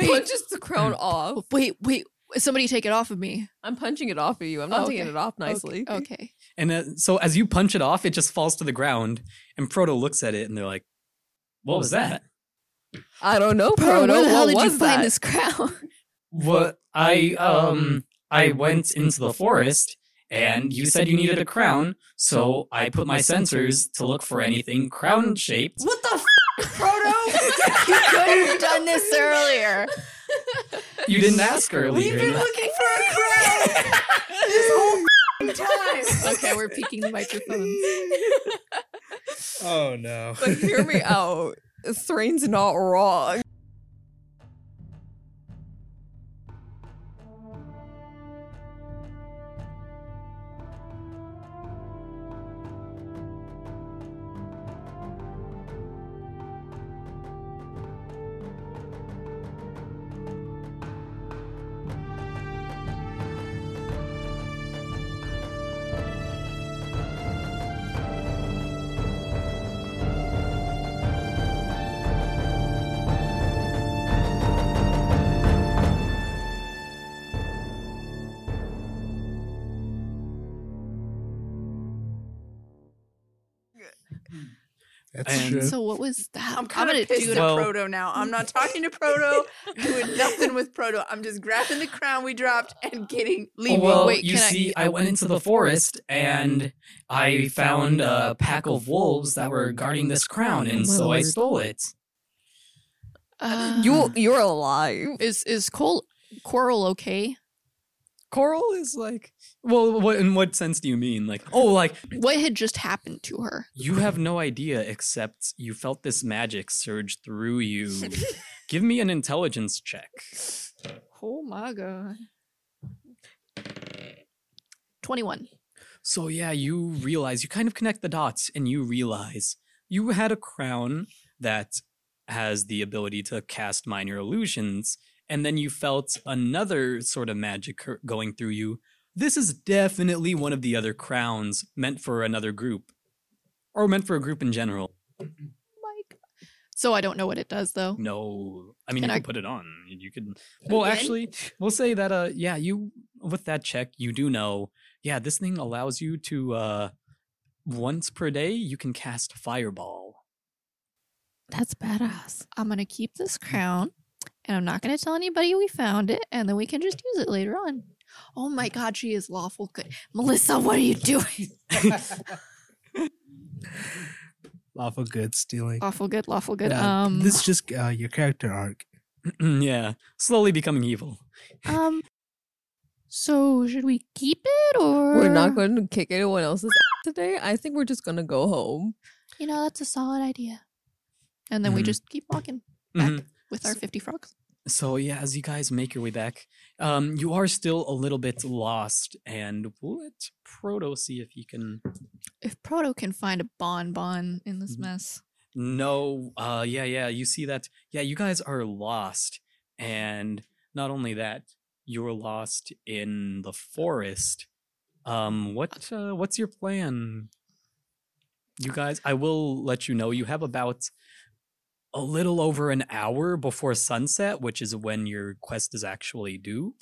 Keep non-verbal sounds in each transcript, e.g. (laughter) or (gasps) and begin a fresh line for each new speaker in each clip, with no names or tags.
punches the (laughs) crown off.
Wait, wait. Somebody take it off of me.
I'm punching it off of you. I'm not
Oh,
taking
okay.
it off
Okay,
nicely.
Okay.
And uh, so as you punch it off, it just falls to the ground. And Proto looks at it and they're like, "What, was that?
I don't know,
Bro,
Proto.
where the hell
what
did you
was that? (laughs)
find this crown?
What I um I went into the forest and you said you needed a crown, so I put my sensors to look for anything crown shaped.
What the f- Proto?
(laughs) you could have done this earlier.
You didn't ask earlier.
We've been looking for a crown
(laughs)
this whole f***ing time.
Okay, we're peeking the microphones.
(laughs)
Oh no.
(laughs) But hear me out. Thrain's not wrong.
That's
And-
true.
So what was that?
I'm kind of pissed
do
at
it.
Well-
Proto now. I'm not talking to Proto, (laughs) doing nothing with Proto. I'm just grabbing the crown we dropped and getting leaving.
well,
Wait,
you
can I-
see, I went into the forest and I found a pack of wolves that were guarding this crown, and so I stole it.
Uh,
You you're alive.
is is Col- Coral okay?
Coral is like, well, what in what sense do you mean? Like, oh, like
What had just happened to her?
you have no idea, except you felt this magic surge through you. Give me an intelligence check.
Oh my god. Twenty one.
So yeah, you realize you kind of connect the dots, and you realize you had a crown that has the ability to cast minor illusions, and then you felt another sort of magic cur- going through you. This is definitely one of the other crowns meant for another group, or meant for a group in general.
Like, so I don't know what it does though.
No, I mean
Can
you
I-
could put it on. You could. Well,
Again?
actually, we'll say that. Uh, yeah, you with that check, you do know. Yeah, this thing allows you to uh, once per day you can cast fireball. (clears throat)
That's badass. I'm gonna keep this crown, and I'm not gonna tell anybody we found it, and then we can just use it later on. Oh my god, she is lawful good. Melissa, what are you doing?
Lawful good stealing.
(laughs) lawful good, lawful good.
Yeah,
um,
this is just uh, your character arc.
yeah, slowly becoming evil.
um. So should we keep it or
We're not going to kick anyone else's ass today. I think we're just going to go home.
You know, that's a solid idea. And then we
Mhm.
just keep walking back
Mhm.
with our fifty frogs.
So yeah, as you guys make your way back, um, you are still a little bit lost, and we'll let Proto see if he can
If Proto can find a bonbon in this
Mhm.
mess,
No, uh yeah, yeah, you see that yeah, you guys are lost and not only that, you're lost in the forest. Um what uh, what's your plan? You guys, I will let you know you have about a little over an hour before sunset, which is when your quest is actually due.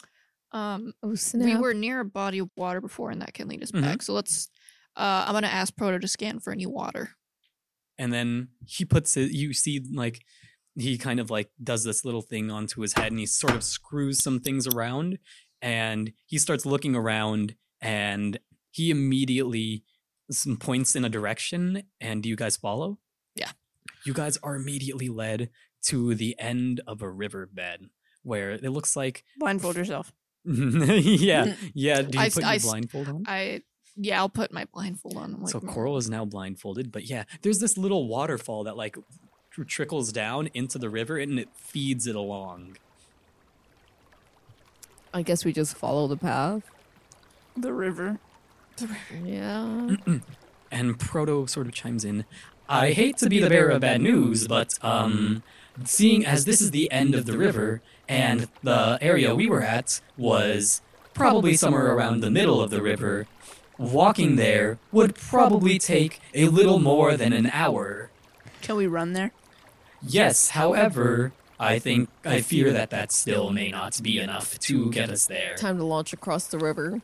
um,
Oh snap.
we were near a body of water before, and that can lead us
Mhm.
back. So let's. Uh, I'm gonna ask Proto to scan for any water.
and then he puts it you see like he kind of like does this little thing onto his head and he sort of screws some things around and he starts looking around and he immediately s- points in a direction and do you guys follow
Yeah.
you guys are immediately led to the end of a riverbed where it looks like (laughs)
Blindfold yourself.
yeah yeah do you
I Mm. s-
put
I
your
s-
blindfold on
I yeah, I'll put my blindfold on. I'm like,
so
"Mm."
Coral is now blindfolded, but yeah, there's this little waterfall that like tr- trickles down into the river and it feeds it along.
I guess we just follow the path.
The river.
Yeah.
And Proto sort of chimes in, I hate to be the bearer of bad news, but um seeing as this is the end of the river and the area we were at was probably somewhere around the middle of the river, walking there would probably take a little more than an hour.
Can we run there?
Yes, however, I think I fear that that still may not be enough to get us there.
Time to launch across the river.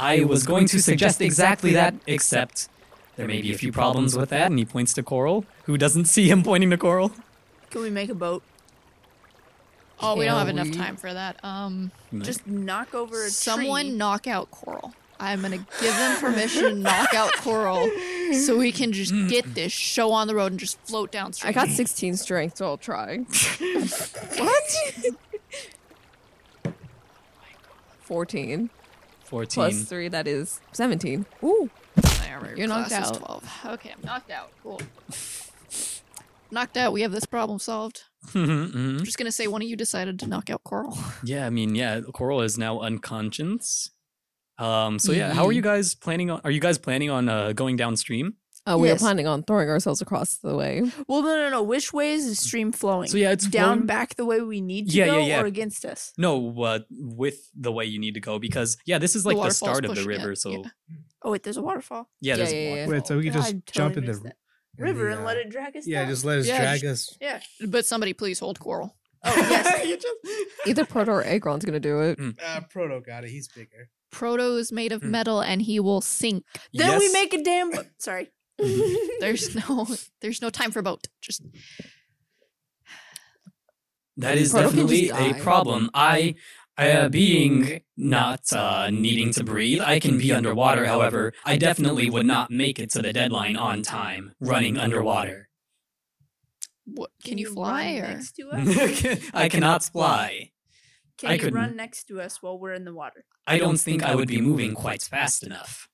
I was going to suggest exactly that, except there may be a few problems with that. And he points to Coral, who doesn't see him pointing to Coral.
Can we make a boat?
Oh, we don't
Shall
have enough
we?
time for that. Um,
Just knock over a
someone
tree.
knock out Coral. I'm gonna give them permission to knock out Coral, so we can just get this show on the road and just float downstream.
I got 16 strength, so I'll try. (laughs)
What?
14
fourteen.
plus 3, that is 17. Ooh.
You're knocked out. Okay, I'm knocked out. Cool. knocked out. We have this problem solved.
Mhm, mhm.
I'm just gonna say one of you decided to knock out Coral. (laughs)
Yeah, I mean, yeah, Coral is now unconscious. Um, so yeah, how are
Yee.
you guys planning on? Are you guys planning on uh, going downstream?
Uh, we
Yes.
are planning on throwing ourselves across the way.
(laughs)
Well, no, no, no. Which way is the stream flowing?
So yeah, it's
down
flowing-
back the way we need to
Yeah, yeah,
go,
yeah.
or against us.
No, uh, with the way you need to go because yeah, this is
The
like the,
waterfall's
start of the
pushing it,
river.
yeah.
So yeah,
Oh wait, there's a waterfall.
there's
yeah, yeah,
water.
yeah.
Wait, so we can
God,
just
I
jump
totally
in the
missed that.
in
river
the,
and
uh,
let it drag us.
Yeah,
down.
just let us
Yeah,
drag us.
yeah.
But somebody please hold Coral.
(laughs) Oh yes.
Either Proto or Aegron's going to do it.
Mm.
Uh, Proto got it. He's bigger.
Proto is made of
Hmm.
metal and he will sink.
then we
Yes.
make a (laughs) damn. Bo- Sorry.
There's no there's no time for boat. Just
That is
Proto can just
definitely a
die.
problem. I, uh, being not uh, needing to breathe, I can be underwater. However, I definitely would not make it to the deadline on time, running underwater. (laughs)
what can, you
run
fly or
(laughs)
next to us?
I cannot fly.
Can
I
you run
couldn't.
next to us while we're in the water?
I don't think I would be moving quite fast enough.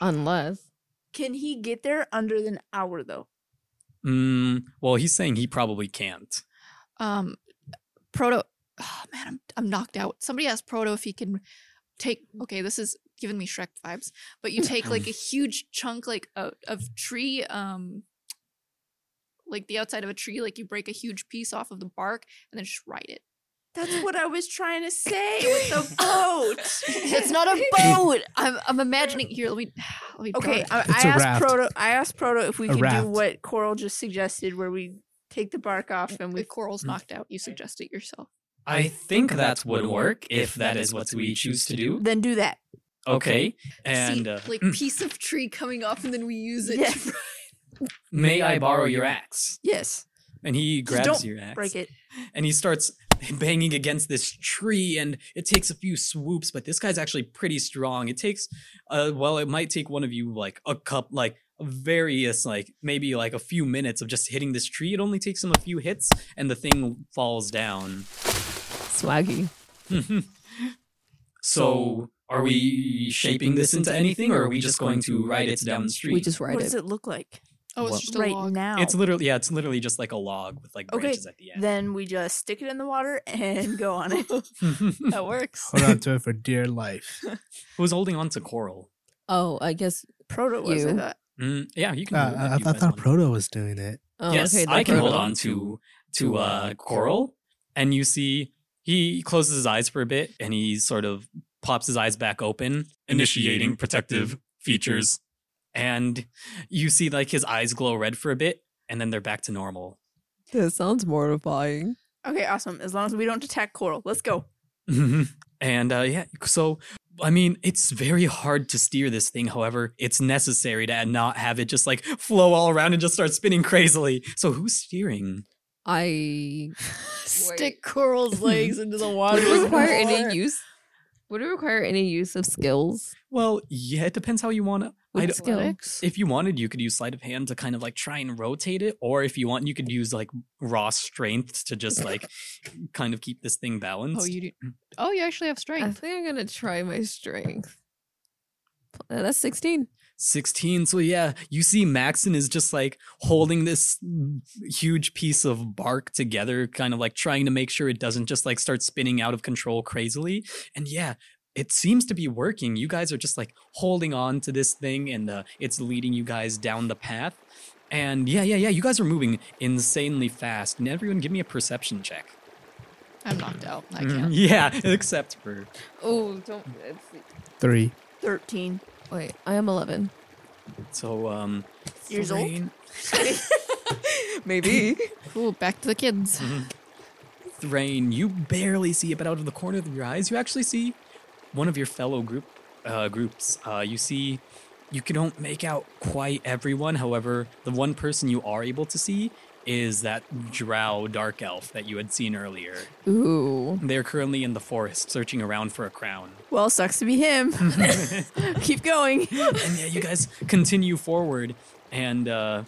Unless.
Can he get there under an hour though?
Mm, well, he's saying he probably can't.
um Proto Oh man, I'm I'm knocked out. Somebody asked Proto if he can take okay, this is giving me Shrek vibes, but you take like a huge chunk like a, of tree um like the outside of a tree, like you break a huge piece off of the bark and then just ride it.
That's what I was trying to say with
(laughs)
the boat.
It's not a boat. I'm I'm imagining here. Let me (sighs) let me
(laughs) Okay,
Proto-
I, I
a
asked
raft.
Proto. I asked Proto if we
A
could
raft.
do what Coral just suggested, where we take the bark off and we.
with corals
Mm.
knocked out. You suggest it yourself.
I think that would work if that is what we choose to do.
Then do that.
Okay. And
See,
uh,
like piece of tree coming off, and then we use it.
Yes.
(laughs) To...
may I borrow your axe?
Yes.
And he
Just
grabs
don't
your axe
Break it.
and he starts banging against this tree and it takes a few swoops but this guy's actually pretty strong it takes uh well it might take one of you like a cup like various like maybe like a few minutes of just hitting this tree it only takes him a few hits and the thing falls down (laughs)
Swaggy.
So are we shaping this into anything, or are we just going to ride it down the street?
We just ride
What does
it.
it look like
Oh, it's
Well-
just a
right
log.
now?
It's literally yeah, it's literally just like a log with like
Okay,
branches at the end. (laughs)
then (laughs) we just stick it in the water and go on it.
(laughs)
Oh.
That works.
Hold on to it for dear
(laughs)
life.
Who's holding on to coral?
Oh, I guess.
(laughs) Proto was I
You.
thought.
Mm, yeah, you
Uh,
can. hold
I, I
if you
thought
guys
that
want.
Proto was doing it.
Oh,
yes,
okay, then
I can hold
Proto.
on to to uh, coral, and you see he closes his eyes for a bit, and he sort of pops his eyes back open, initiating protective features, and you see like his eyes glow red for a bit, and then they're back to normal.
This sounds mortifying.
Okay, awesome. As long as we don't attack Coral, let's go.
hmm And uh, yeah, so I mean, it's very hard to steer this thing. However, it's necessary to not have it just like flow all around and just start spinning crazily. So who's steering?
(laughs) I
Stick coral's legs into the water.
would it require any use. Would it require any use of skills?
Well, yeah, it depends how you want to. I
With
don't-
skill?
Athletics.
If you wanted, you could use sleight of hand to kind of like try and rotate it, or if you want, you could use like raw strength to just like kind of keep this thing balanced.
Oh, you do. Oh, you actually have
I
strength.
think I'm gonna try my strength. Uh, that's 16.
16 so yeah you see maxon is just like holding this huge piece of bark together kind of like trying to make sure it doesn't just like start spinning out of control crazily and yeah it seems to be working you guys are just like holding on to this thing and uh, it's leading you guys down the path and yeah yeah yeah you guys are moving insanely fast and everyone give me a perception check (laughs)
I'm knocked out. I
Mm-hmm.
Mm,
can't.
yeah except for
Oh, don't. Let's see.
Three.
(laughs) Thirteen.
Wait, I am 11.
so um
Years old?
Thrain-
Maybe.
Cool. Back to the kids.
the rain, you barely see it, but out of the corner of your eyes, you actually see one of your fellow group uh, groups. Uh, you see, you can don't make out quite everyone. However, the one person you are able to see is that drow dark elf that you had seen earlier.
(laughs) Ooh.
They're currently in the forest searching around for a crown.
Well, sucks to
(laughs)
be him. (laughs) Keep going.
and yeah, you guys continue forward, and uh,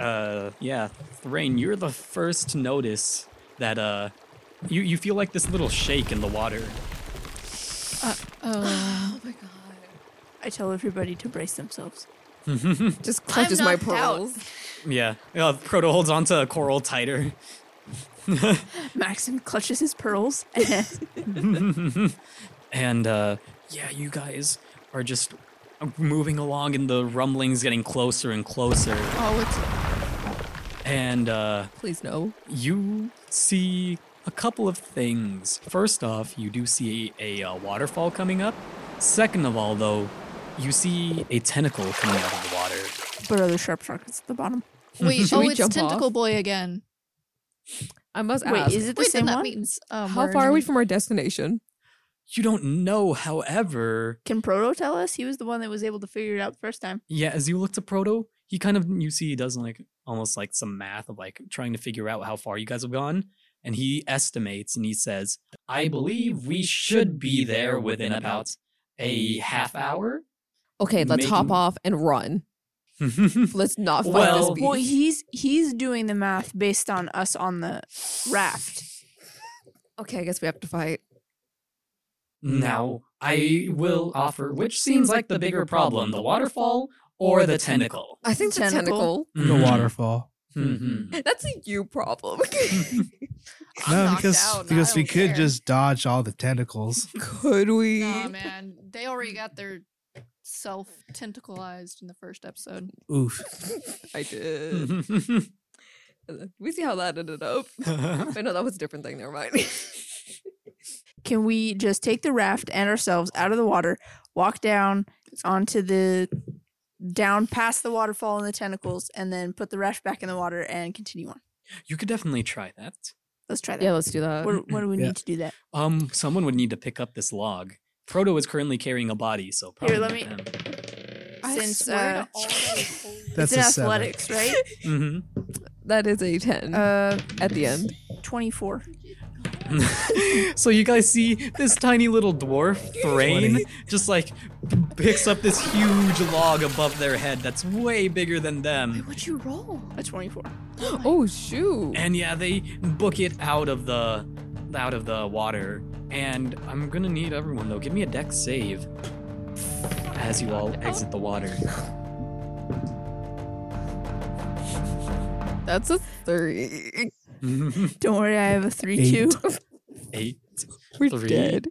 uh, yeah, Thrain, you're the first to notice that uh, you you feel like this little shake in the water.
Oh,
Oh my god.
I tell everybody to brace themselves.
Just clutches my
knocked out.
pearls.
Yeah, uh, Proto holds onto Coral tighter.
Maxim (laughs) clutches his pearls. (laughs) That's
and uh, yeah, you guys are just moving along, and the rumbling's getting closer and closer.
oh, it's
And uh,
Please no.
you see a couple of things. First off, you do see a, uh waterfall coming up. Second of all, though, you see a tentacle coming out of the water.
but other sharp sharks at the bottom.
wait.
(laughs) Should
oh,
we
it's
jump
Tentacle
off?
Boy again.
I must
Wait,
ask.
is it the
wait, then
same
that
one?
means um,
how
we're
far are we
in-
from our destination?
You don't know, however,
Can Proto tell us? He was the one that was able to figure it out the first time.
yeah, as you look to Proto, he kind of, you see, he does like almost like some math of like trying to figure out how far you guys have gone. And he estimates and he says, I believe we should be there within about a half hour. (laughs)
Okay, let's hop
Making-
off and run. Let's not fight
Well-
this beast.
Well, he's he's doing the math based on us on the raft.
okay, I guess we have to fight.
Now, I will offer which seems like the bigger problem the waterfall or the tentacle?
I think the
Tentacle?
tentacle.
The
(laughs)
waterfall.
Mhm.
That's a you problem. (laughs)
I'm
no,
knocked
because
out,
because
I
we
don't
could
care.
just dodge all the tentacles.
Could we?
Nah, man, they already got their self tentacleized in the first episode.
Oof.
(laughs) I
(laughs)
did.
Mm-hmm.
we see how that ended up. But no, that was a different thing. Never mind.
Can we just take the raft and ourselves out of the water, walk down onto the down past the waterfall and the tentacles, and then put the raft back in the water and continue on?
you could definitely try that.
Let's try that.
yeah, let's do that.
what, what do we
Yeah.
need to do that?
Um, someone would need to pick up this log. Proto is currently carrying a body, so probably
Here, let
not
Since, uh,
(laughs) all those holy-
That's
it's in
a seven.
athletics, (laughs) right?
him.
That is a ten
uh,
at the end.
twenty-four.
Mhm. (laughs) so you guys see this tiny little dwarf Thrain just like picks up this huge log above their head that's way bigger than them.
Wait, what'd you roll?
A twenty-four.
Oh shoot!
and yeah they book it out of the out of the water and i'm gonna need everyone though give me a deck save as you all exit the water (laughs)
That's a three.
Don't worry, I have a three-two.
Eight.
(laughs)
eight
We're
Three.
dead.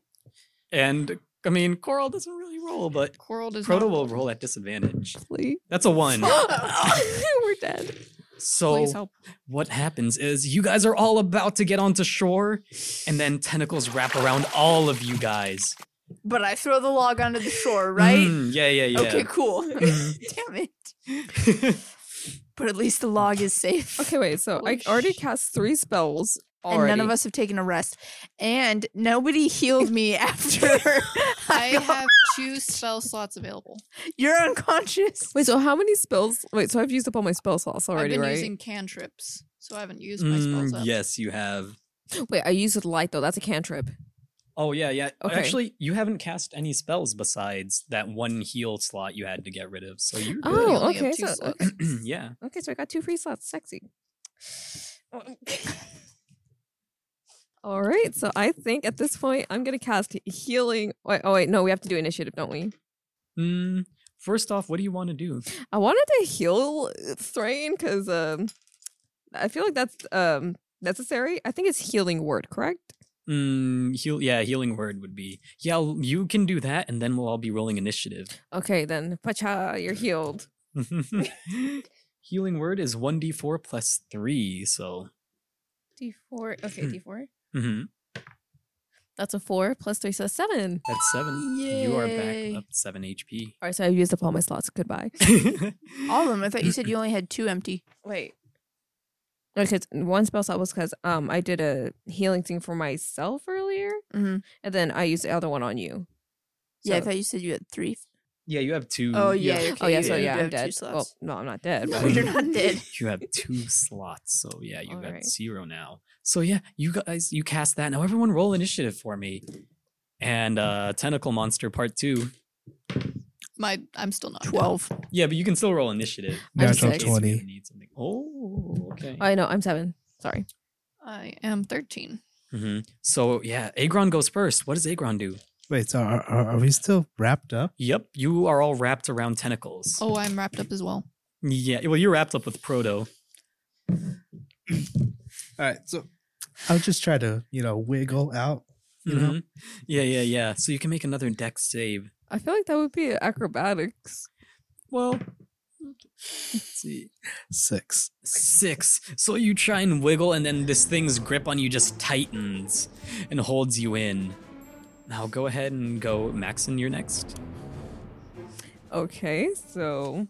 and i mean coral doesn't really roll but
Coral does
proto
not-
will roll at disadvantage
Please. (laughs)
that's a one
We're dead.
Please
so
help.
what happens is you guys are all about to get onto shore and then tentacles wrap around all of you guys
But I throw the log onto the shore, right?
Mm, yeah yeah yeah
Okay, cool. (laughs) Damn it! (laughs) But at least the log is safe.
Okay, wait. So
Oh,
I already cast three spells.
and none
already.
of us have taken a rest. And nobody healed me (laughs)
(laughs)
(laughs)
after.
I
Oh
I got-
have two spell slots available.
you're unconscious.
Wait, so how many spells? Wait, so I've used up all my spell slots
I've
already,
been
right?
using cantrips, so I haven't used my spells
Mm,
up.
yes you have
Wait, I used with light though. That's a cantrip.
Oh yeah, yeah.
Okay.
Actually, you haven't cast any spells besides that one heal slot you had to get rid of. So you
I
Oh,
only have
okay,
two
so-
slots.
(clears throat) yeah.
Okay, so I got two free slots. Sexy.
(laughs)
All right, so I think at this point I'm gonna cast healing. Wait, oh wait, no, we have to do initiative, don't we?
Mm, first off, what do you want to do?
I wanted to heal uh, Thrain because um, I feel like that's um necessary. I think it's healing word, correct?
Mm, heal. Yeah, healing word would be. Yeah, l- you can do that, and then we'll all be rolling initiative.
Okay, then Pacha, you're healed.
(laughs) healing word is one d four plus three. So.
D4. Okay, D4.
mhm,
That's a four plus three, so seven.
That's seven. You are
Yay.
back up seven HP.
All right, so I've used up all my
(laughs)
slots. Goodbye.
Mm-hmm. All of them. I thought you said you only had two empty.
Wait. Because one spell slot was because um I did a healing thing for myself earlier,
Mhm.
and then I used the other one on you.
Yeah, I
So-
thought you said you had three.
(laughs) Yeah, you have two.
Oh,
you have-
yeah,
oh
okay,
yeah,
you
so
do
yeah, I'm
have two
dead. Well,
slots.
no, I'm not
(laughs)
dead.
No,
but-
you're not dead.
you have two slots, so yeah, you
All
got
right.
zero now. So yeah, you guys, you cast that. Now everyone, roll initiative for me. And uh tentacle monster part two.
My, I'm still not. dead.
Twelve.
Yeah, but you can still roll initiative.
I'm Uh,
just in
Natural
six.
case we
20.
Need something. Oh, okay.
I know I'm seven. Sorry.
I am 13.
hmm So yeah, Agron goes first. What does Agron do?
Wait, so are, are, are we still wrapped up?
Yep, you are all wrapped around tentacles.
Oh, I'm wrapped up as well.
Yeah, well, you're wrapped up with Proto.
All right, so I'll just try to, you know, wiggle out. You know?
Mhm. Yeah, yeah, yeah. So you can make another deck save.
I feel like that would be acrobatics.
Well, let's see.
Six.
Six. So you try and wiggle, and then this thing's grip on you just tightens and holds you in. Now go ahead and go, Maxon, you're next.
Okay, so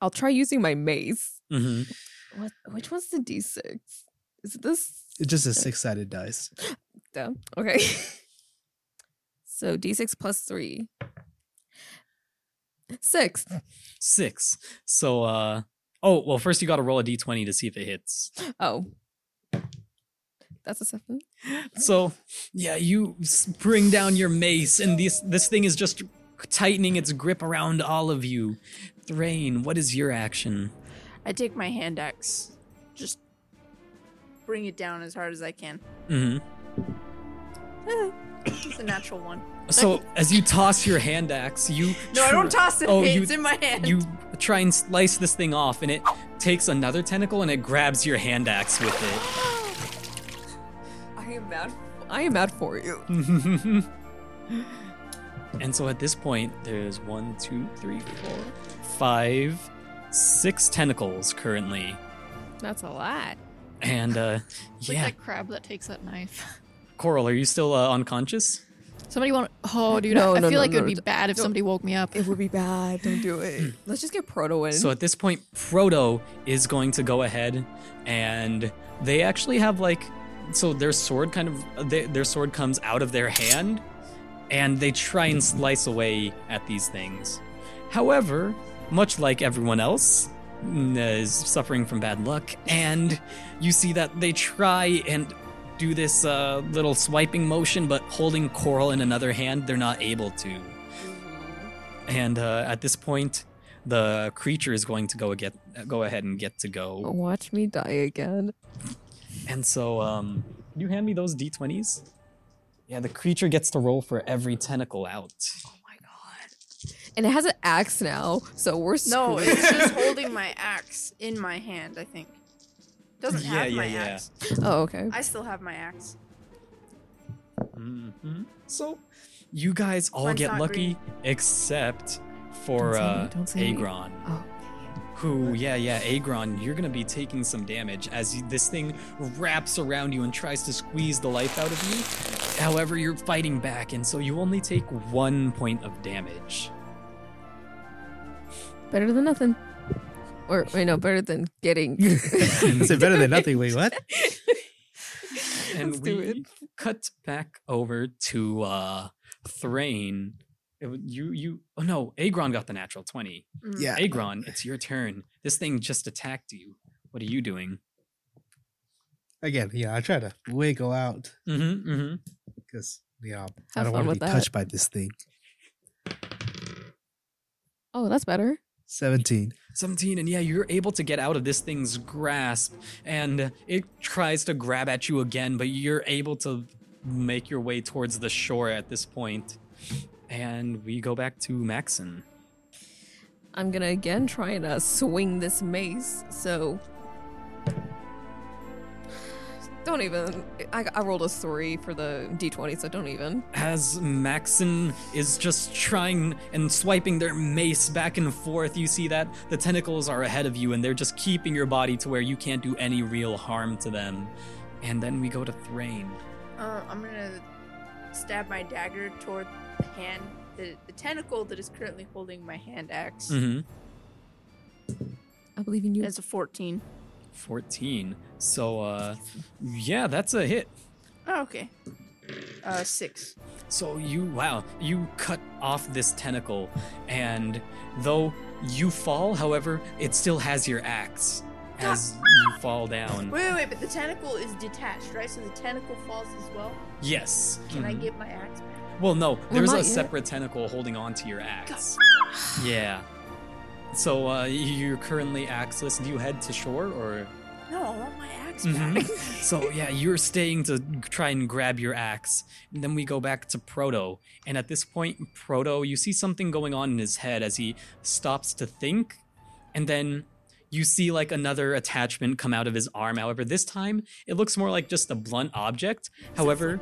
I'll try using my mace.
hmm
What? Which one's the d6? Is it this?
It's just a six sided dice. (laughs)
Damn. Okay. (laughs) so d6 plus three. Six.
Six. So, uh, oh, well, first you got to roll a d20 to see if it hits.
Oh. That's a seven.
So, yeah, you s- bring down your mace, and this this thing is just tightening its grip around all of you. Thrain, what is your action?
I take my hand axe, just bring it down as hard as I can. Ah,
hmm
It's a natural one. (laughs)
So, as you toss your hand axe, you
No, I
tr-
don't toss it.
Oh, you-
it's in my hand.
You try and slice this thing off, and it takes another tentacle and it grabs your hand axe with it.
I am mad. I am mad for you.
and so at this point, there's one, two, three, four, five, six tentacles currently.
That's a lot.
And uh,
It's
yeah,
like that crab that takes that knife. (laughs)
Coral, are you still uh, unconscious?
Somebody want? Oh, dude,
No,
I, I
no,
feel
no,
like it
no,
would be bad if
no.
somebody woke me up.
It would be bad. Don't do it. (laughs) Let's just get Proto in.
So at this point, Proto is going to go ahead, and they actually have like, so their sword kind of they, their sword comes out of their hand, and they try and slice away at these things. However, much like everyone else, n- mm, is suffering from bad luck, and you see that they try and do this uh, little swiping motion, but holding Coral in another hand, they're not able to. And uh, at this point, the creature is going to go get go ahead and get to go.
Watch me die again.
And so, um, can you hand me those d20s? Yeah, the creature gets to roll for every tentacle out.
Oh my god. And it has an axe now, so we're
no,
screwed.
(laughs)
it's just holding my axe in my hand. I think doesn't
Yeah,
have
yeah,
my
yeah.
axe.
oh okay.
I still have my axe.
Mhm. So, you guys all
Mine's
get
not
lucky except for
Don't say
uh,
it, don't say it.
Agron.
Oh.
Who, yeah, yeah, Agron, you're gonna be taking some damage as you, this thing wraps around you and tries to squeeze the life out of you. However, you're fighting back, and so you only take one point of damage.
Better than nothing. Or I know, better than getting
Is it better than nothing? Wait,
(laughs)
what?
(laughs)
and
Let's
we
do it.
cut back over to uh Thrain. It w- You you oh no, Agron got the natural 20.
Mm.
Yeah.
Agron, it's your turn. This thing just attacked you. What are you doing?
Again, you know, I try to wiggle out
Mm-hmm. Mm-hmm.
because, you know, I
Have
don't
fun
want to
with
be
that.
touched by this thing.
Oh, that's better.
17.
17 and yeah you're able to get out of this thing's grasp and it tries to grab at you again but you're able to make your way towards the shore at this point and we go back to maxon
I'm gonna again try and uh, swing this mace. So don't even. I, I rolled a three for the d20, so don't even.
as maxon is just trying and swiping their mace back and forth you see that the tentacles are ahead of you and they're just keeping your body to where you can't do any real harm to them and then we go to thrain
Uh, I'm gonna stab my dagger toward the hand the, the tentacle that is currently holding my hand axe.
Mm-hmm.
I believe in you.
That's a 14.
14. So, uh, yeah, that's a hit.
Oh, okay. Uh, six.
So you, wow, you cut off this tentacle, and though you fall, however, it still has your axe as you fall down.
Wait, wait, wait, but the tentacle is detached, right? So the tentacle falls as well.
Yes.
Can I
Mhm.
get my axe back?
Well, no, there's
not
a
yet.
separate tentacle holding on to your axe.
(sighs)
Yeah. So uh, you're currently axeless. Do you head to shore or?
No, I want my axe back.
Mhm. (laughs) so yeah, you're staying to try and grab your axe. And then we go back to Proto. And at this point, Proto, you see something going on in his head as he stops to think. And then you see like another attachment come out of his arm. However, this time it looks more like just a blunt object. However,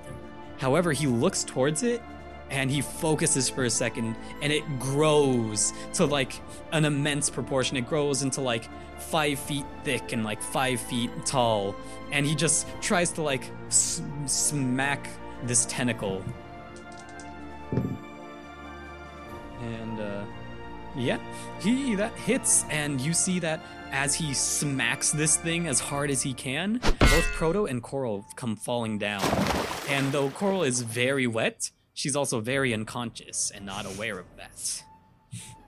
however, he looks towards it and he focuses for a second and it grows to like an immense proportion. It grows into like five feet thick and like five feet tall. And he just tries to like s- smack this tentacle. And uh, yeah, he that hits, and you see that as he smacks this thing as hard as he can, both Proto and Coral come falling down. And though Coral is very wet, she's also very unconscious and not aware of that.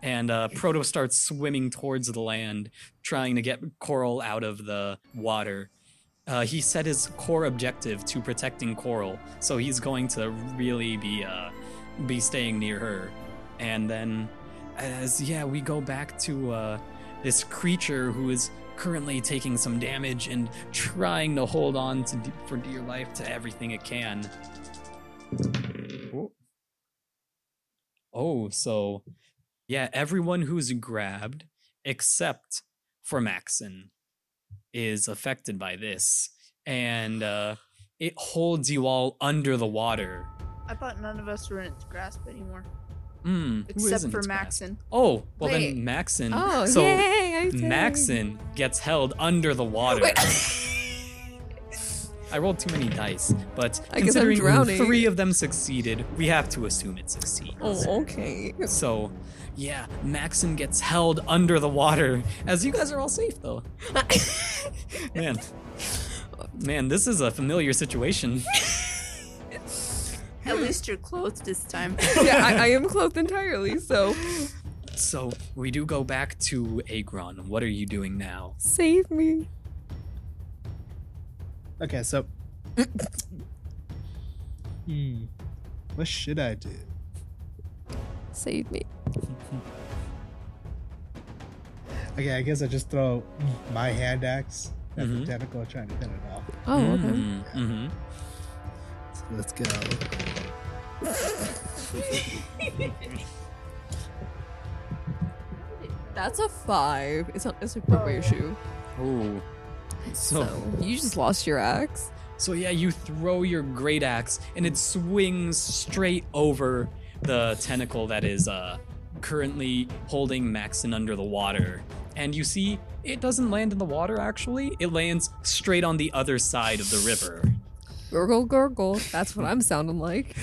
And uh, Proto starts swimming towards the land, trying to get Coral out of the water. Uh, he set his core objective to protecting Coral, so he's going to really be uh, be staying near her. And then, as yeah, we go back to uh, this creature who is currently taking some damage and trying to hold on to de- for dear life to everything it can. Oh, so yeah, everyone who's grabbed except for Maxon is affected by this, and uh, it holds you all under the water.
I thought none of us were in its grasp anymore.
Mm, who
Except
isn't
for
its grasp?
Maxon.
Oh, well
Wait.
then Maxon.
oh,
so
yay! I did it.
Maxon gets held under the water.
Wait.
(laughs) I rolled too many dice, but
I guess I'm
considering
drowning.
three of them succeeded, we have to assume it succeeds.
(laughs) Oh, okay. (laughs)
So, yeah, Maxon gets held under the water as you guys are all safe though.
(laughs)
Man, man, this is a familiar situation.
At least you're clothed this time.
yeah, I, I am clothed entirely, so
So we do go back to Agron. What are you doing now?
save me.
Okay, so. hmm. What should I do?
Save me.
Okay, I guess I just throw my hand axe at
Mhm.
Mm-hmm.
the tentacle trying to cut it off.
Oh, okay.
hmm
So let's go.
That's a five. It's not it's a proper issue.
Oh.
So you just lost your axe.
So yeah, you throw your great axe and it swings straight over the tentacle that is uh, currently holding Maxon under the water. And you see, it doesn't land in the water actually, it lands straight on the other side of the river.
Gurgle, gurgle. That's what I'm sounding like.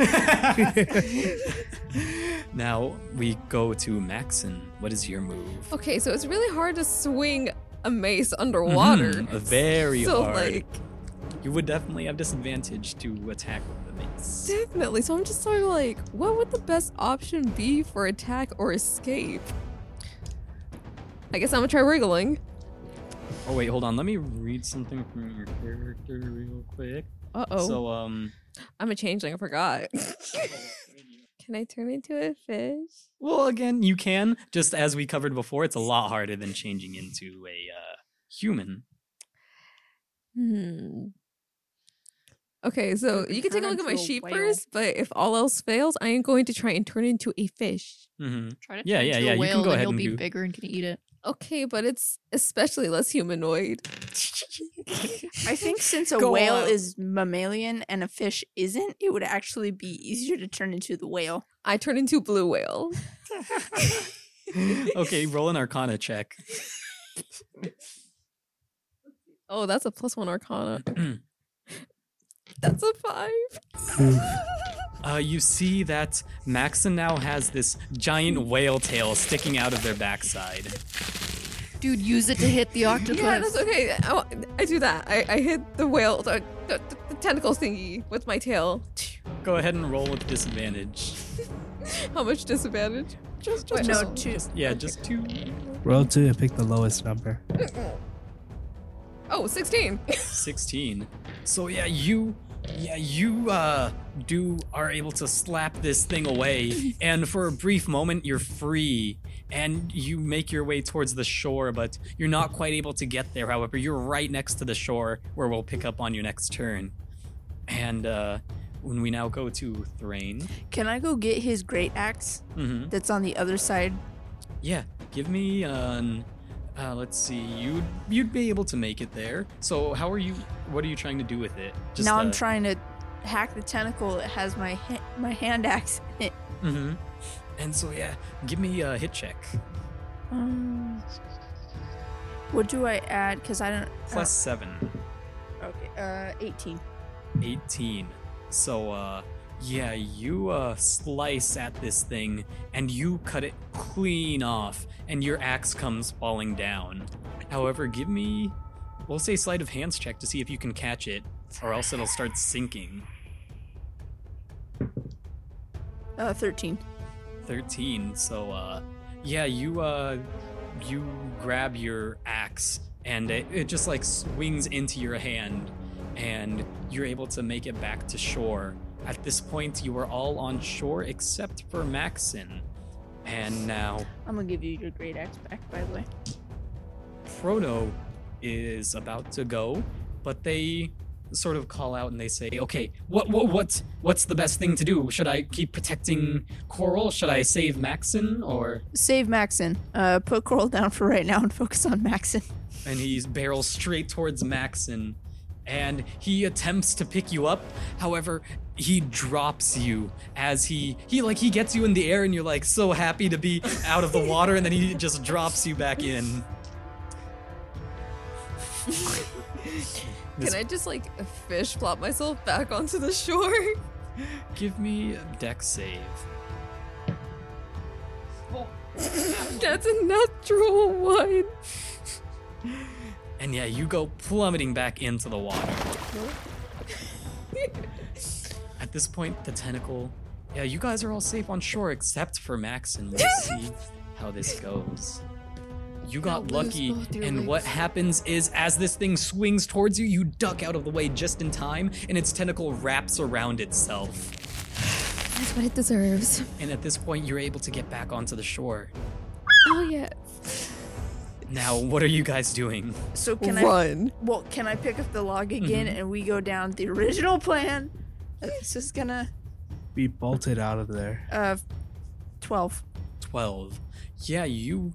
now we go to Maxon. What is your move?
Okay, so it's really hard to swing a mace underwater.
Mhm, very
so
hard.
like
You would definitely have disadvantage to attack with the mace.
definitely. So I'm just sort of like, what would the best option be for attack or escape? I guess I'm gonna try wriggling.
Oh wait, hold on. Let me read something from your character real quick.
Uh oh.
So um
I'm a changeling. I forgot. (laughs) Can I turn into a fish?
Well, again, you can. Just as we covered before, it's a lot harder than changing into a uh, human.
Hmm. Okay, so
could
you can take a
turn
look at my
into a
sheep
whale.
first, but if all else fails, I am going to try and turn into a fish.
hmm
(laughs) Try to
Yeah,
turn into
yeah, yeah,
A
you can
whale
go
and
ahead
he'll
and
be
do-
bigger and can eat it.
Okay, but it's especially less humanoid.
(laughs) (laughs) I think since a
Go
whale
on.
is mammalian and a fish isn't, it would actually be easier to turn into the whale.
I turn into blue whale.
okay, roll an Arcana check.
Oh, that's a plus one arcana. that's a five.
uh, you see that Maxa now has this giant whale tail sticking out of their backside.
Dude, use it to hit the octopus.
Yeah, that's okay. I, wa- I do that. I, I hit the whale, the, the, the tentacles thingy with my tail.
Go ahead and roll with disadvantage.
How much disadvantage? Just, just
no, two.
Yeah, just two.
Roll two and pick the lowest number.
Oh, 16.
16 so yeah you yeah you uh do are able to slap this thing
(laughs)
away and for a brief moment you're free and you make your way towards the shore but you're not quite able to get there however you're right next to the shore where we'll pick up on your next turn and uh when we now go to Thrain,
Can I go get his great axe
mm-hmm.
that's on the other side?
yeah, give me an. Uh, let's see, you'd you'd be able to make it there. So how are you? What are you trying to do with it?
now I'm
uh,
trying to hack the tentacle that has my ha- my hand axe in it.
Mm-hmm. And so yeah, give me a hit check.
Um, what do I add? Because I don't. I
Plus seven.
don't- okay, uh, 18.
18. So uh yeah, you uh slice at this thing and you cut it clean off and your axe comes falling down. However, give me we'll say sleight of hands check to see if you can catch it, or else it'll start sinking.
Uh, 13.
13 so uh yeah you uh you grab your axe and it, it just like swings into your hand and you're able to make it back to shore at this point you are all on shore except for maxon and now
I'm gonna give you your great axe back, by the way.
Frodo is about to go, but they sort of call out and they say, "Okay, what what what what's the best thing to do? Should I keep protecting Coral? Should I save Maxon or?"
Save Maxon. Uh, put Coral down for right now and (laughs) focus on Maxon.
And he barrels straight towards Maxon, and he attempts to pick you up. However, he drops you as he he like he gets you in the air, and you're like so happy to be out of the water, and then he just drops you back in. This-
Can I just like fish plop myself back onto the shore? (laughs)
Give me a deck save.
That's a natural one.
And yeah, you go plummeting back into
(laughs)
the water. At this point, the tentacle. Yeah, you guys are all safe on shore except for Max, and we'll
(laughs)
see how this goes. You got
lose
lucky,
both your
and what
legs.
happens is as this thing swings towards you, you duck out of the way just in time, and its tentacle wraps around itself.
That's what it deserves.
And at this point, you're able to get back onto the shore.
Oh yeah.
Now, what are you guys doing?
So can I?
Run.
Well, can I pick up the log
Mm-hmm.
again and we go down the original plan? This is gonna
We bolted out of there.
uh, twelve.
12. Yeah, you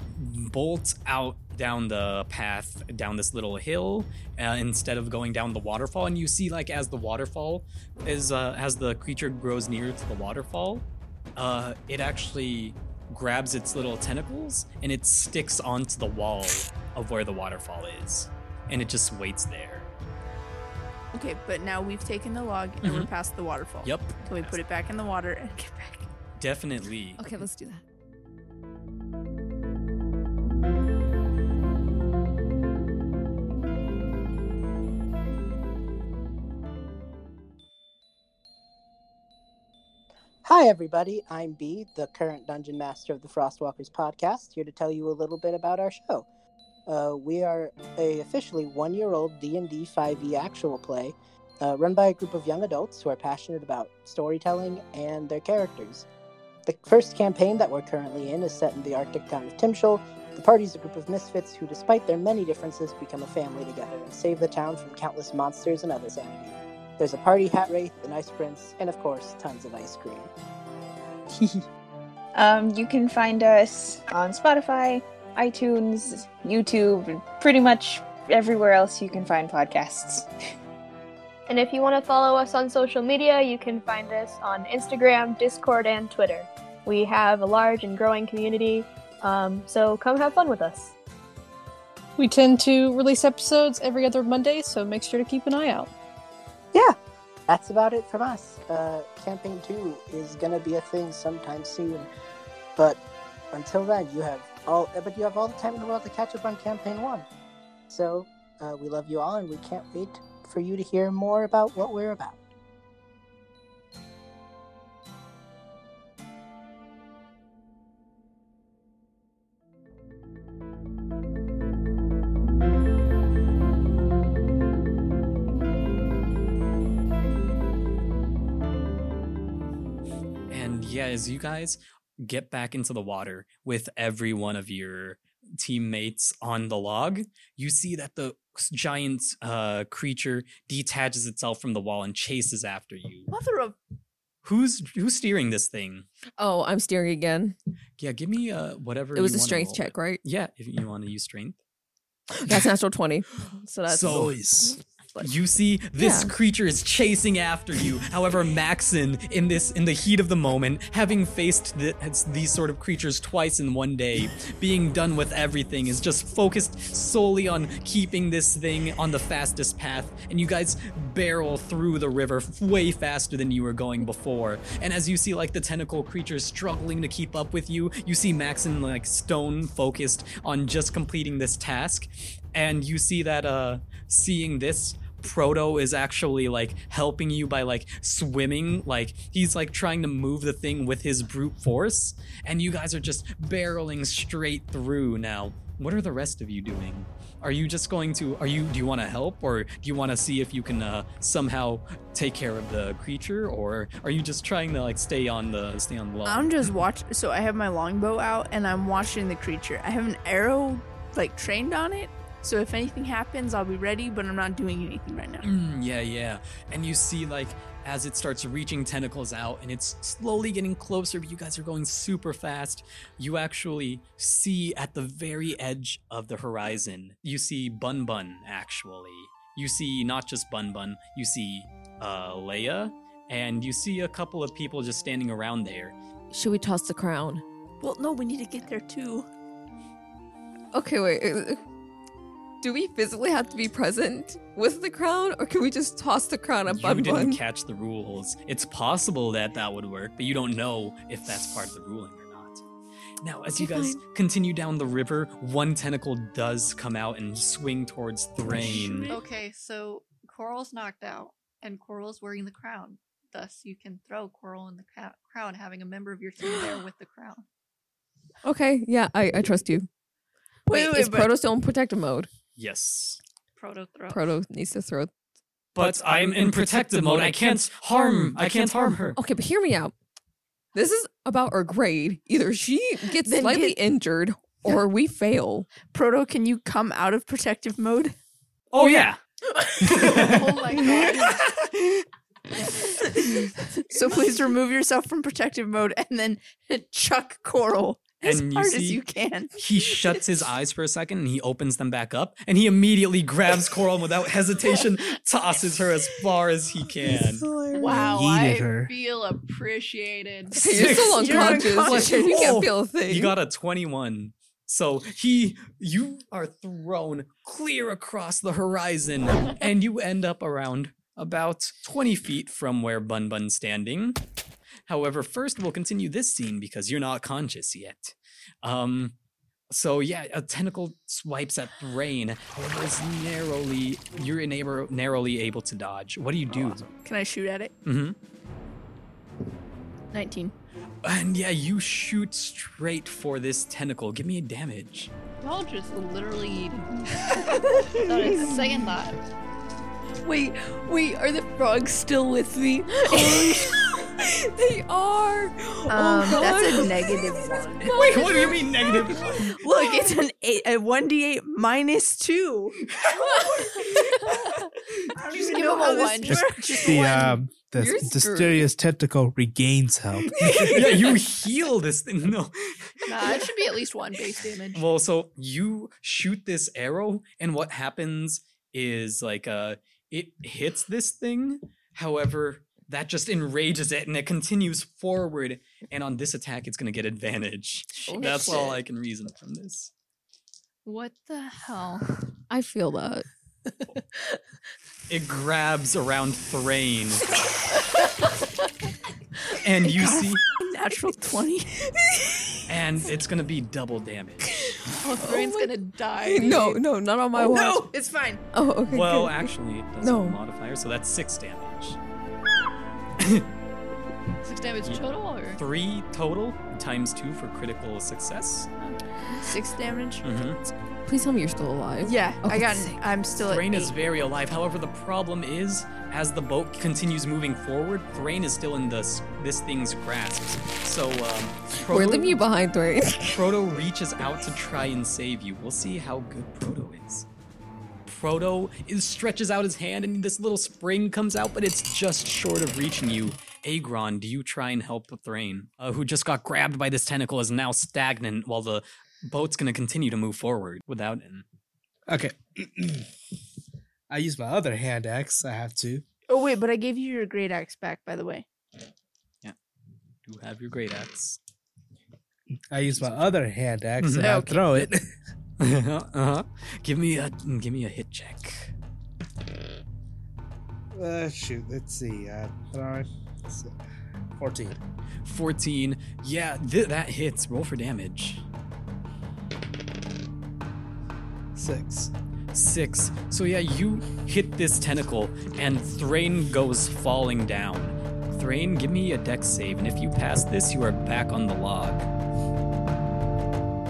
bolt out down the path, down this little hill, uh, instead of going down the waterfall. And you see, like, as the waterfall is, uh, as the creature grows near to the waterfall, uh, it actually grabs its little tentacles and it sticks onto the wall of where the waterfall is. And it just waits there.
Okay, but now we've taken the log and
Mm-hmm.
we're past the waterfall.
Yep,
Can we put it back in the water and get back?
definitely.
Okay, let's do that.
Hi, everybody. I'm B, the current Dungeon Master of the Frostwalkers podcast, here to tell you a little bit about our show. Uh, we are a officially one-year-old D&D 5e E actual play uh, run by a group of young adults who are passionate about storytelling and their characters. The first campaign that we're currently in is set in the Arctic town of Timshel. The party's a group of misfits who, despite their many differences, become a family together and save the town from countless monsters and other sanity. There's a party hat wraith, an ice prince, and of course, tons of ice cream.
Um, you can find us on Spotify, iTunes, YouTube, and pretty much everywhere else you can find podcasts.
And if you want to follow us on social media, you can find us on Instagram, Discord, and Twitter. We have a large and growing community, um, so come have fun with us.
We tend to release episodes every other Monday, so make sure to keep an eye out.
Yeah. (laughs) that's about it from us. Uh, Camping 2 is going to be a thing sometime soon. But until then, you have all but you have all the time in the world to catch up on campaign 1. So, uh, we love you all and we can't wait for you to hear more about what we're about.
And yeah, as you guys get back into the water with every one of your teammates on the log, you see that the s- giant uh, creature detaches itself from the wall and chases after you.
Mother of
Who's who's steering this thing?
Oh, I'm steering again.
Yeah, give me uh, whatever.
It was
you
a
wanna
strength
roll.
check, right?
Yeah, if you want to use strength.
That's natural 20. (laughs) So that's
So-
Nice.
But-
You see this
Yeah.
creature is chasing after you. However, Maxon, in this in the heat of the moment, having faced the, has- these sort of creatures twice in one day, being done with everything, is just focused solely on keeping this thing on the fastest path. And you guys barrel through the river f- way faster than you were going before. And as you see, like the tentacle creature struggling to keep up with you, you see Maxon like stone focused on just completing this task. And you see that uh seeing this proto is actually like helping you by like swimming like he's like trying to move the thing with his brute force and you guys are just barreling straight through now what are the rest of you doing are you just going to are you do you want to help or do you want to see if you can uh, somehow take care of the creature or are you just trying to like stay on the stay on the line?
I'm just watch. So I have my longbow out and I'm watching the creature. I have an arrow like trained on it. So if anything happens, I'll be ready. But I'm not doing anything right now.
Mm, yeah, yeah. And you see, like, as it starts reaching tentacles out and it's slowly getting closer, but you guys are going super fast. You actually see at the very edge of the horizon, you see Bun Bun, actually. You see not just Bun Bun, you see uh, Leia, and you see a couple of people just standing around there.
Should we toss the crown?
Well, no, we need to get there too.
Okay, wait. (laughs) uh, Do we physically have to be present with the crown, or can we just toss the crown at
You
Bun
didn't
Bun?
catch the rules. It's possible that that would work, but you don't know if that's part of the ruling or not. Now, as you
Okay,
guys continue down the river, one tentacle does come out and swing towards Thrain.
Okay, so Coral's knocked out, and Coral's wearing the crown. Thus, you can throw Coral in the ca- crown, having a member of your team there with the crown.
Okay, yeah, I, I trust you. Wait, is
but-
Proto still in protective mode?
Yes.
Proto throw.
Proto needs to throw.
But I'm in protective mode. I can't harm. I can't harm her.
Okay, but hear me out. This is about our grade. Either she gets
Then
slightly
get-
injured, or we fail.
Proto, can you come out of protective mode?
(laughs) Oh, yeah. (laughs)
oh my god.
So please remove yourself from protective mode and then chuck coral as
And you
hard as
see-
you can.
He shuts his eyes for a second and he opens them back up and he immediately grabs Coral and without hesitation, tosses her as far as he can.
Wow, I
Yeeted her.
feel appreciated.
Hey, you're still
Six. You're
unconscious. Um,
unconscious.
We
Oh,
can't feel a thing.
You got a 21. So he, you are thrown clear across the horizon, and you end up around about 20 feet from where Bun Bun's standing. However, first we'll continue this scene because you're not conscious yet. Um, so yeah, a tentacle swipes at Thrain. However, is narrowly you're enable, narrowly able to dodge. What do you do?
Can I shoot at it?
hmm
19.
And yeah, you shoot straight for this tentacle. Give me a damage.
Y'all just literally
(laughs)
eating. Not a second thought.
Wait, wait, are the frogs still with me?
Oh,
they are.
Um, that's a negative one.
Wait, (laughs) what
(laughs)
do you mean negative?
Look, it's an eight, a 1d8 minus 2. I don't even
give
know
him a
how this
one. (laughs)
Just-
works.
The um, the,
You're
the
screwed.
mysterious tentacle regains health.
(laughs)
(laughs)
yeah, you heal this thing. (laughs) No.
Nah, Uh, it should be at least one base damage.
Well, so you shoot this arrow, and what happens is like uh it hits this thing. However, that just enrages it and it continues forward. And on this attack, it's gonna get advantage. That's all I can reason from this.
What the hell?
I feel that.
It grabs around Thrain. and you see
Natural 20.
and it's gonna be double damage.
Oh, Thrain's gonna
(laughs)
die.
(laughs) No, no, not on my watch.
No, it's fine.
Oh, (laughs) okay.
Well,
good.
actually, it does
No.
have a modifier, so that's six damage.
Six damage
Yeah.
total or
Three total times two for critical success.
Six damage.
Mm-hmm.
Please tell me you're still alive.
Yeah,
Oh,
I got.
it's-
An, I'm still at
Thrain is
eight.
very alive. However, the problem is, as the boat continues moving forward, Thrain is still in this this thing's grasp. So, um, Proto,
We're leaving you behind, Thrain.
Proto reaches out to try and save you. We'll see how good Proto is. Proto is, stretches out his hand, and this little spring comes out, but it's just short of reaching you. Agron, do you try and help Thrain, uh, who just got grabbed by this tentacle, is now stagnant while the boat's going to continue to move forward without him.
Okay. (clears throat) I use my other hand axe. I have to.
Oh wait, but I gave you your great axe back, by the way.
You have your great axe. (laughs)
I use my other hand axe
Mhm.
and I throw (laughs) it.
uh-huh. Give me a give me a hit check.
Uh, shoot, let's see. Uh, throwing. Let's see. 14.
14. Yeah, th- that hits. Roll for damage.
6.
Six. So yeah, you hit this tentacle, and Thrain goes falling down. Thrain, give me a dex save, and if you pass this, you are back on the log.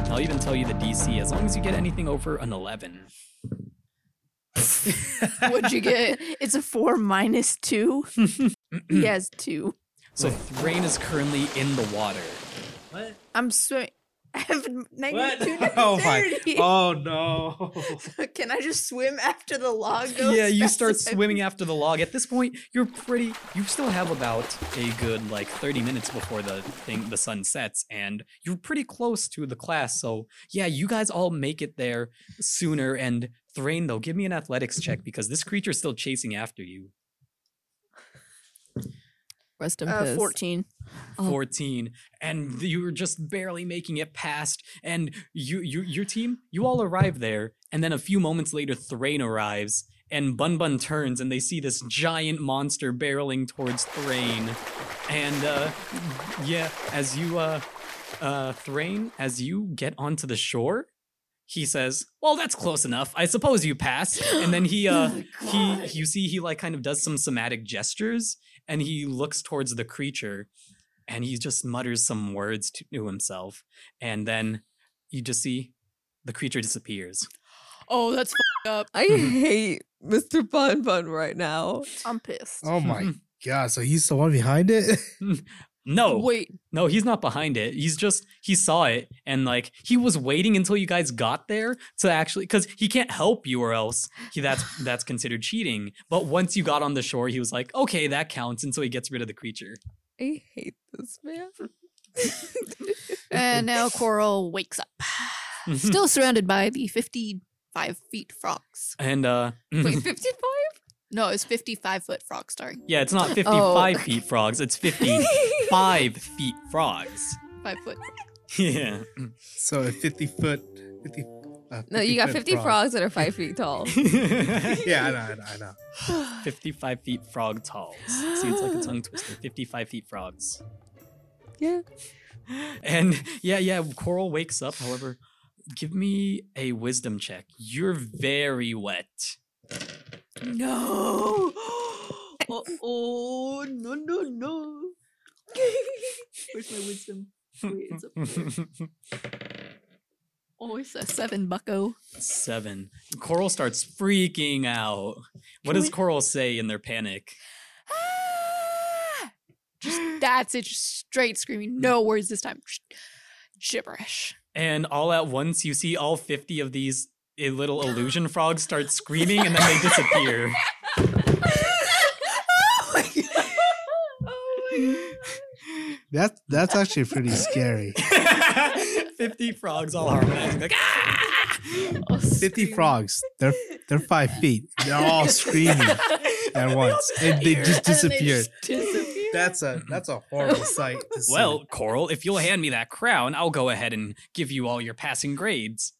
I'll even tell you the DC as long as you get anything over an 11.
(laughs) What'd you get? it's a four minus two. he has two.
(laughs) So Thrain is currently in the water.
I'm swimming. I have negative
What? (laughs)
two
(laughs)
to
Oh my.
30.
(laughs) Oh no.
(laughs) Can I just swim after the log
(laughs)
goes? (laughs)
yeah, you
fast
start
as I-
swimming after the log. At this point, you're pretty. You still have about a good like 30 minutes before the thing, the sun sets, and you're pretty close to the class. So yeah, you guys all make it there sooner. And Thrain, though, give me an athletics check because this creature's still chasing after you.
(laughs) Rest in
Uh,
peace.
Fourteen.
Oh.
14 and you were just barely making it past and you, you your team you all arrive there and then a few moments later thrain arrives and bun bun turns and they see this giant monster barreling towards thrain and uh yeah as you uh uh thrain as you get onto the shore he says, "Well, that's close enough. I suppose you pass." And then he, uh, he, you see, he like kind of does some somatic gestures, and he looks towards the creature, and he just mutters some words to, to himself, and then you just see the creature disappears.
Oh, that's
I
Mm-hmm.
hate Mr. Bun Bun right now.
I'm pissed.
Oh my god. So he's the one behind it? (laughs)
No,
wait.
no, he's not behind it. He's just he saw it, and like he was waiting until you guys got there to actually, because he can't help you, or else he, that's that's considered cheating. But once you got on the shore, he was like, "Okay, that counts," and so he gets rid of the creature.
I hate this
(laughs)
man.
And now Coral wakes up, still surrounded by the fifty-five feet frogs.
(laughs) And uh
Wait, 55?
No, it's fifty-five foot frog starring
(laughs) yeah, it's not 55 feet frogs, it's 55 feet frogs. (laughs)
five foot.
Yeah.
So a 50 foot. 50, uh,
(laughs) No, you got 50
50 foot frog.
frogs that are five feet
(laughs)
tall.
(laughs) Yeah, I know, I know, I know.
55 feet frog talls. See, it's like a tongue twister. 55 feet frogs.
Yeah.
And yeah, yeah, Coral wakes up, however. Give me a wisdom check. You're very wet. (laughs)
No. Oh, oh no no no. Where's my wisdom? Wait, it's up there.
(laughs) Oh, it's a seven bucko.
Seven. Coral starts freaking out. What does Coral say in their panic?
Ah! Just that's it. Just straight screaming. No words this time. Just
(laughs)
gibberish.
and all at once you see all 50 of these eh, little illusion frogs start screaming and then they disappear (laughs)
Oh
(laughs)
That, that's actually pretty scary.
50 frogs all harmonizing like "Ah!"
50 frogs. They're they're five feet. They're all screaming at once. And they just disappeared. That's a that's a horrible sight. To see.
well coral if you'll hand me that crown i'll go ahead and give you all your passing grades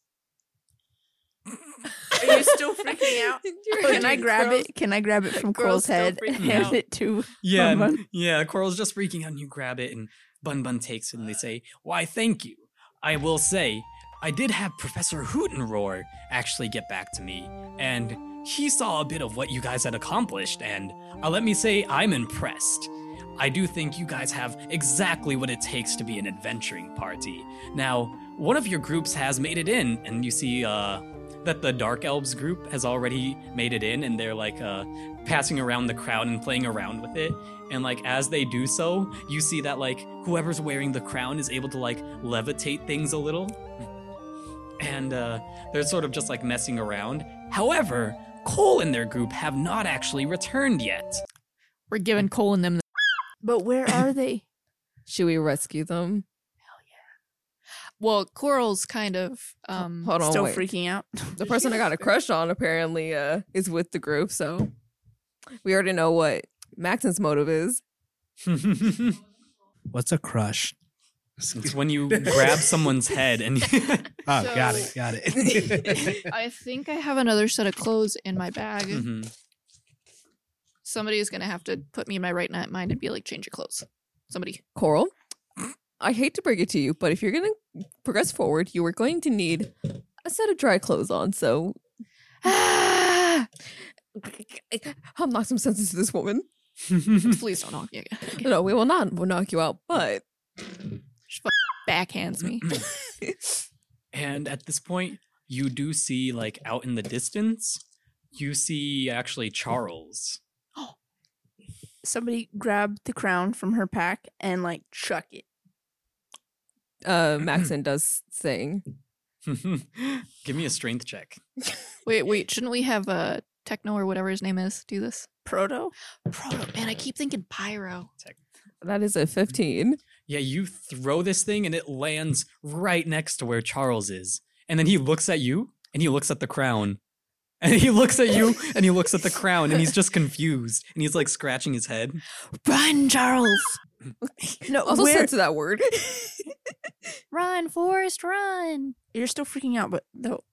Are you still freaking out? (laughs) Can
(laughs)
I grab
Gross.
it? Can I (laughs) grab it from
Girl's
Coral's
still
head (laughs) and
freaking
hand
out.
it to
Yeah,
Bun
and- yeah. Coral's just freaking out, and you grab it, and Bun Bun takes it, and they say, "Why, thank you. I will say, I did have Professor Hootenroar actually get back to me, and he saw a bit of what you guys had accomplished, and uh, let me say, I'm impressed." I do think you guys have exactly what it takes to be an adventuring party. Now, one of your groups has made it in, and you see uh, that the Dark Elves group has already made it in, and they're like uh, passing around the crown and playing around with it. And like as they do so, you see that like whoever's wearing the crown is able to like levitate things a little. And uh, they're sort of just like messing around. However, Cole and their group have not actually returned yet.
(laughs) We're giving Cole and them. The-
(laughs) But (laughs) where are they?
Should we rescue them?
well, Coral's kind of um
Hold on,
still
wait.
freaking (laughs) out.
the person I got a crush on apparently uh, is with the group, so we already know what Maxon's motive is.
it's
What's a crush?
when you grab someone's head and (laughs)
Oh, got
So-
it, got it.
(laughs) I think I have another set of clothes in my bag.
Mhm.
Somebody is gonna have to put me in my right not mind and be like, change your clothes. (laughs) Somebody.
Coral, I hate to break it to you, but if you're going to progress forward, you are going to need a set of dry clothes on.
(sighs)
So
Ah!
I'll knock some sense into this woman.
Please don't knock me again. Okay.
No, we will not. We'll knock you out, but
Backhands me.
and at this point, you do see like out in the distance, you see actually Charles. (laughs)
Somebody grab the crown from her pack and like chuck it.
(laughs) uh, Maxon does sing.
Give me a strength check.
Wait, wait. Shouldn't we have uh, techno or whatever his name is do this?
(laughs) Proto?
Proto. Man, I keep thinking pyro.
That is a 15.
Yeah, you throw this thing and it lands right next to where Charles is. And then he looks at you and he looks at the crown. (laughs) And he looks at you and he looks at the crown and he's just confused and he's like scratching his head.
Run, Charles.
No, also
where-
sense of that word. (laughs)
Run, Forrest, run.
You're still freaking out, but though,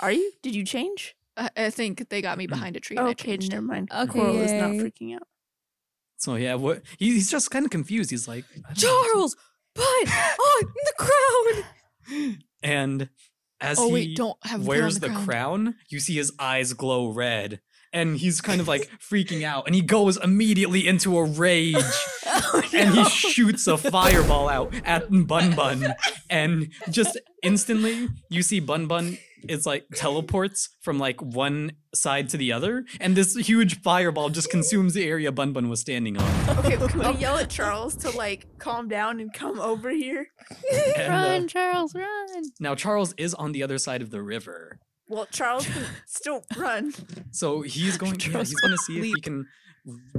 are you? Did you change?
I, I think they got me behind a tree. and I
Okay,
changed.
never mind.
Okay,
Coral is not
yay.
freaking out.
So yeah, what he- he's just kind of confused. He's like "I don't know."
Charles, but on the crown.
and as
Oh
he
wait, don't have the
wears the,
crown. on
crown.
the ground.
you see his eyes glow red, and he's kind of like freaking out, and he goes immediately into a
(laughs)
rage,
Oh,
(laughs) and he shoots a fireball out at
(laughs)
Bun Bun, and just instantly you see Bun Bun is like teleports from like one side to the other, and this huge fireball just consumes the area Bun Bun was standing on.
(laughs)
(laughs) Okay, can we yell at Charles to like calm down and come over here?
And, uh,
Run, Charles, run.
now Charles is on the other side of the river.
Well, Charles (laughs) can still run.
So
(laughs)
he's going. Yeah,
Charles
he's going to see if he can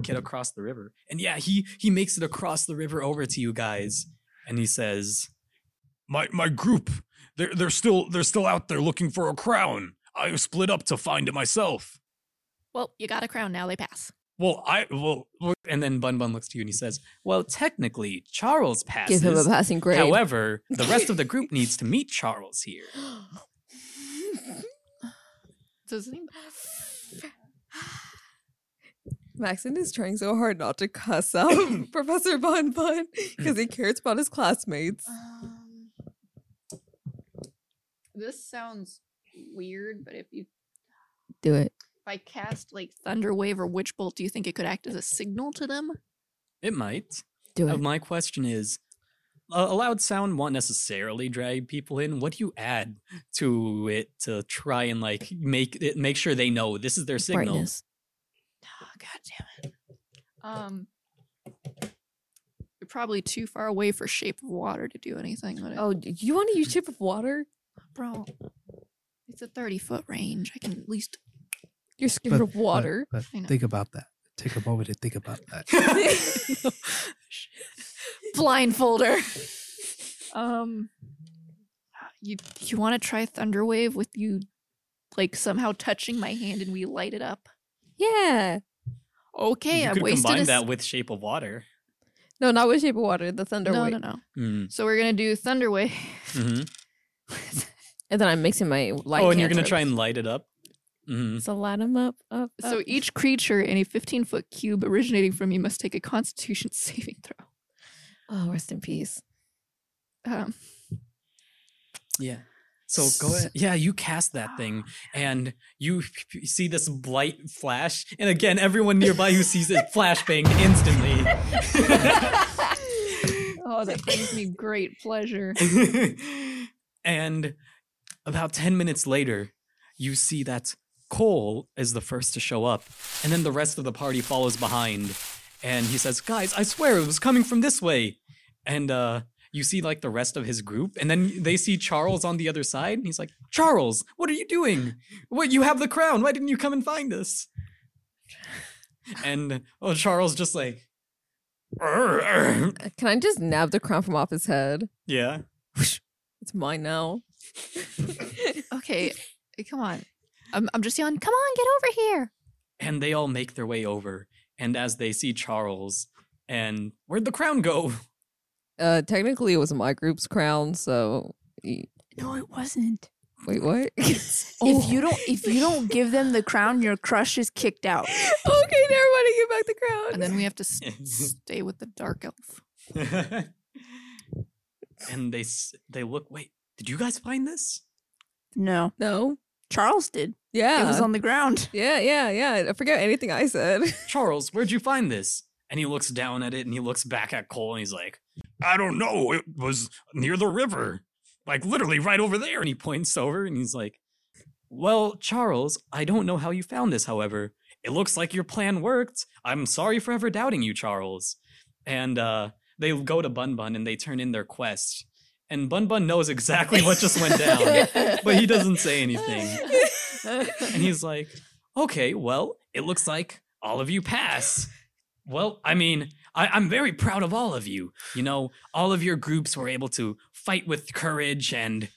get across the river. And yeah, he he makes it across the river over to you guys, and he says,
my my group they're they're still they're still out there looking for a crown i split up to find it myself
Well, you got a crown now. They pass.
well i well
and then Bun Bun looks to you and he says, "Well, technically, Charles passes.
Give him a passing grade. (gasps)
However, the rest of the
(laughs)
group needs to meet Charles here."
Does his name-
Maxon is trying so hard not to cuss out (laughs)
(coughs)
Professor Bun Bun because he cares about his classmates.
Um, this sounds weird, but if you
Do it.
if I cast like (sighs) Thunder Wave or Witch Bolt, do you think it could act as a signal to them?
It might.
Do
Uh, my question is. A a loud sound won't necessarily drag people in. What do you add to it to try and like make it make sure they know this is their signal?
Oh, God damn it. Um, you're probably too far away for Shape of Water to do anything. But oh,
Oh, y- you want to use Chip of Water?
bro, it's a thirty foot range. I can at least. (laughs)
You're scared
But-
of water.
But,
I know.
but think about that. Take a moment to think about that.
blindfolder. um, you you want to try Thunder Wave with you, like somehow touching my hand and we light it up?
yeah.
Okay,
you
I've
could
wasted
combine
a s-
that with Shape of Water.
No, not with Shape of Water, the Thunder
no,
Wave.
no, no.
Mm,
So we're gonna do Thunder (laughs) Wave.
Mhm.
And then I'm mixing my light.
Oh, and you're gonna
cantrip.
try and light it up. Mhm.
So line them up, up,
So
up.
each creature in a 15 foot cube originating from you must take a constitution (laughs) saving throw.
oh, rest in peace.
Um,
Yeah. So go ahead. Yeah, you cast that thing, and you (laughs) p- p- see this light flash, and again, everyone nearby who sees it (laughs) flashbang instantly. (laughs)
oh, that brings me great pleasure.
(laughs) and about 10 minutes later, you see that Cole is the first to show up, and then the rest of the party follows behind. And he says, Guys, I swear it was coming from this way. And uh, you see like the rest of his group, and then they see Charles on the other side, and he's like, Charles, what are you doing? What, you have the crown. Why didn't you come and find us? And oh, Charles just like,
Can I just nab the crown from off his head?
Yeah.
It's mine now.
Okay, eh, come on. I'm, I'm just yelling, come on, get over here.
and they all make their way over. And as they see Charles, and where'd the crown go?
Uh, technically, it was my group's crown, so wait,
(laughs) No, it wasn't.
(laughs)
what? (laughs)
Oh.
If you don't, if you don't give them the crown, your crush is kicked out.
Oh. okay, never mind. I get back the crown.
And then we have to s- stay with the dark elf.
and they s- they look. Wait, did you guys find this?
No,
No.
Charles did.
Yeah.
It was on the ground.
yeah, yeah, yeah. I forget anything I
(laughs)
said.
Charles, where'd you find this? And he looks down at it, and he looks back at Cole, and he's like,
I don't know. It was near the river.
like literally right over there. And he points over, and he's like, "Well, Charles, I don't know how you found this. However, it looks like your plan worked. I'm sorry for ever doubting you, Charles." And uh, they go to Bun Bun, and they turn in their quest. And Bun Bun knows exactly what just went
(laughs)
down, but he doesn't say anything. and he's like, okay, well, it looks like all of you pass. Well, I mean, I, I'm very proud of all of you. You know, all of your groups were able to fight with courage and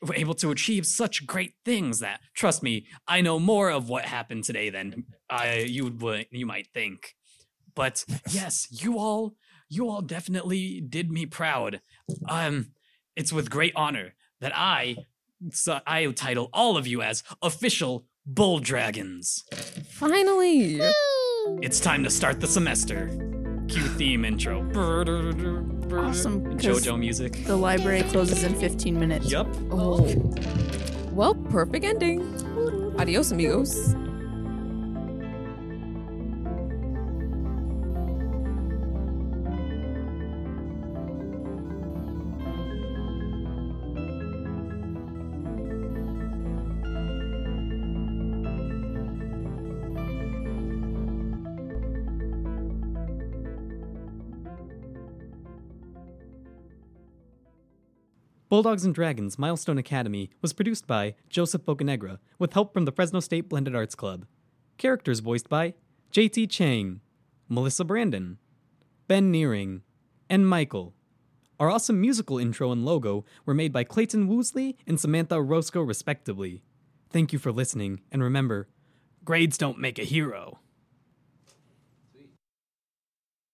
were able to achieve such great things that, trust me, I know more of what happened today than I you would you might think. But yes, you all you all definitely did me proud. Um, it's with great honor that I so I title all of you as official bull dragons.
Finally.
It's time to start the semester. Cue theme intro.
Awesome. 'cause
JoJo music.
The library closes in 15 minutes.
Yup.
Oh. Well, perfect ending. Adios, amigos.
Bulldogs and Dragons Milestone Academy was produced by Joseph Bocanegra with help from the Fresno State Blended Arts Club. Characters voiced by JT Chang, Melissa Brandon, Ben Nearing, and Michael. Our awesome musical intro and logo were made by Clayton Woosley and Samantha Roscoe, respectively. Thank you for listening, and remember grades don't make a hero.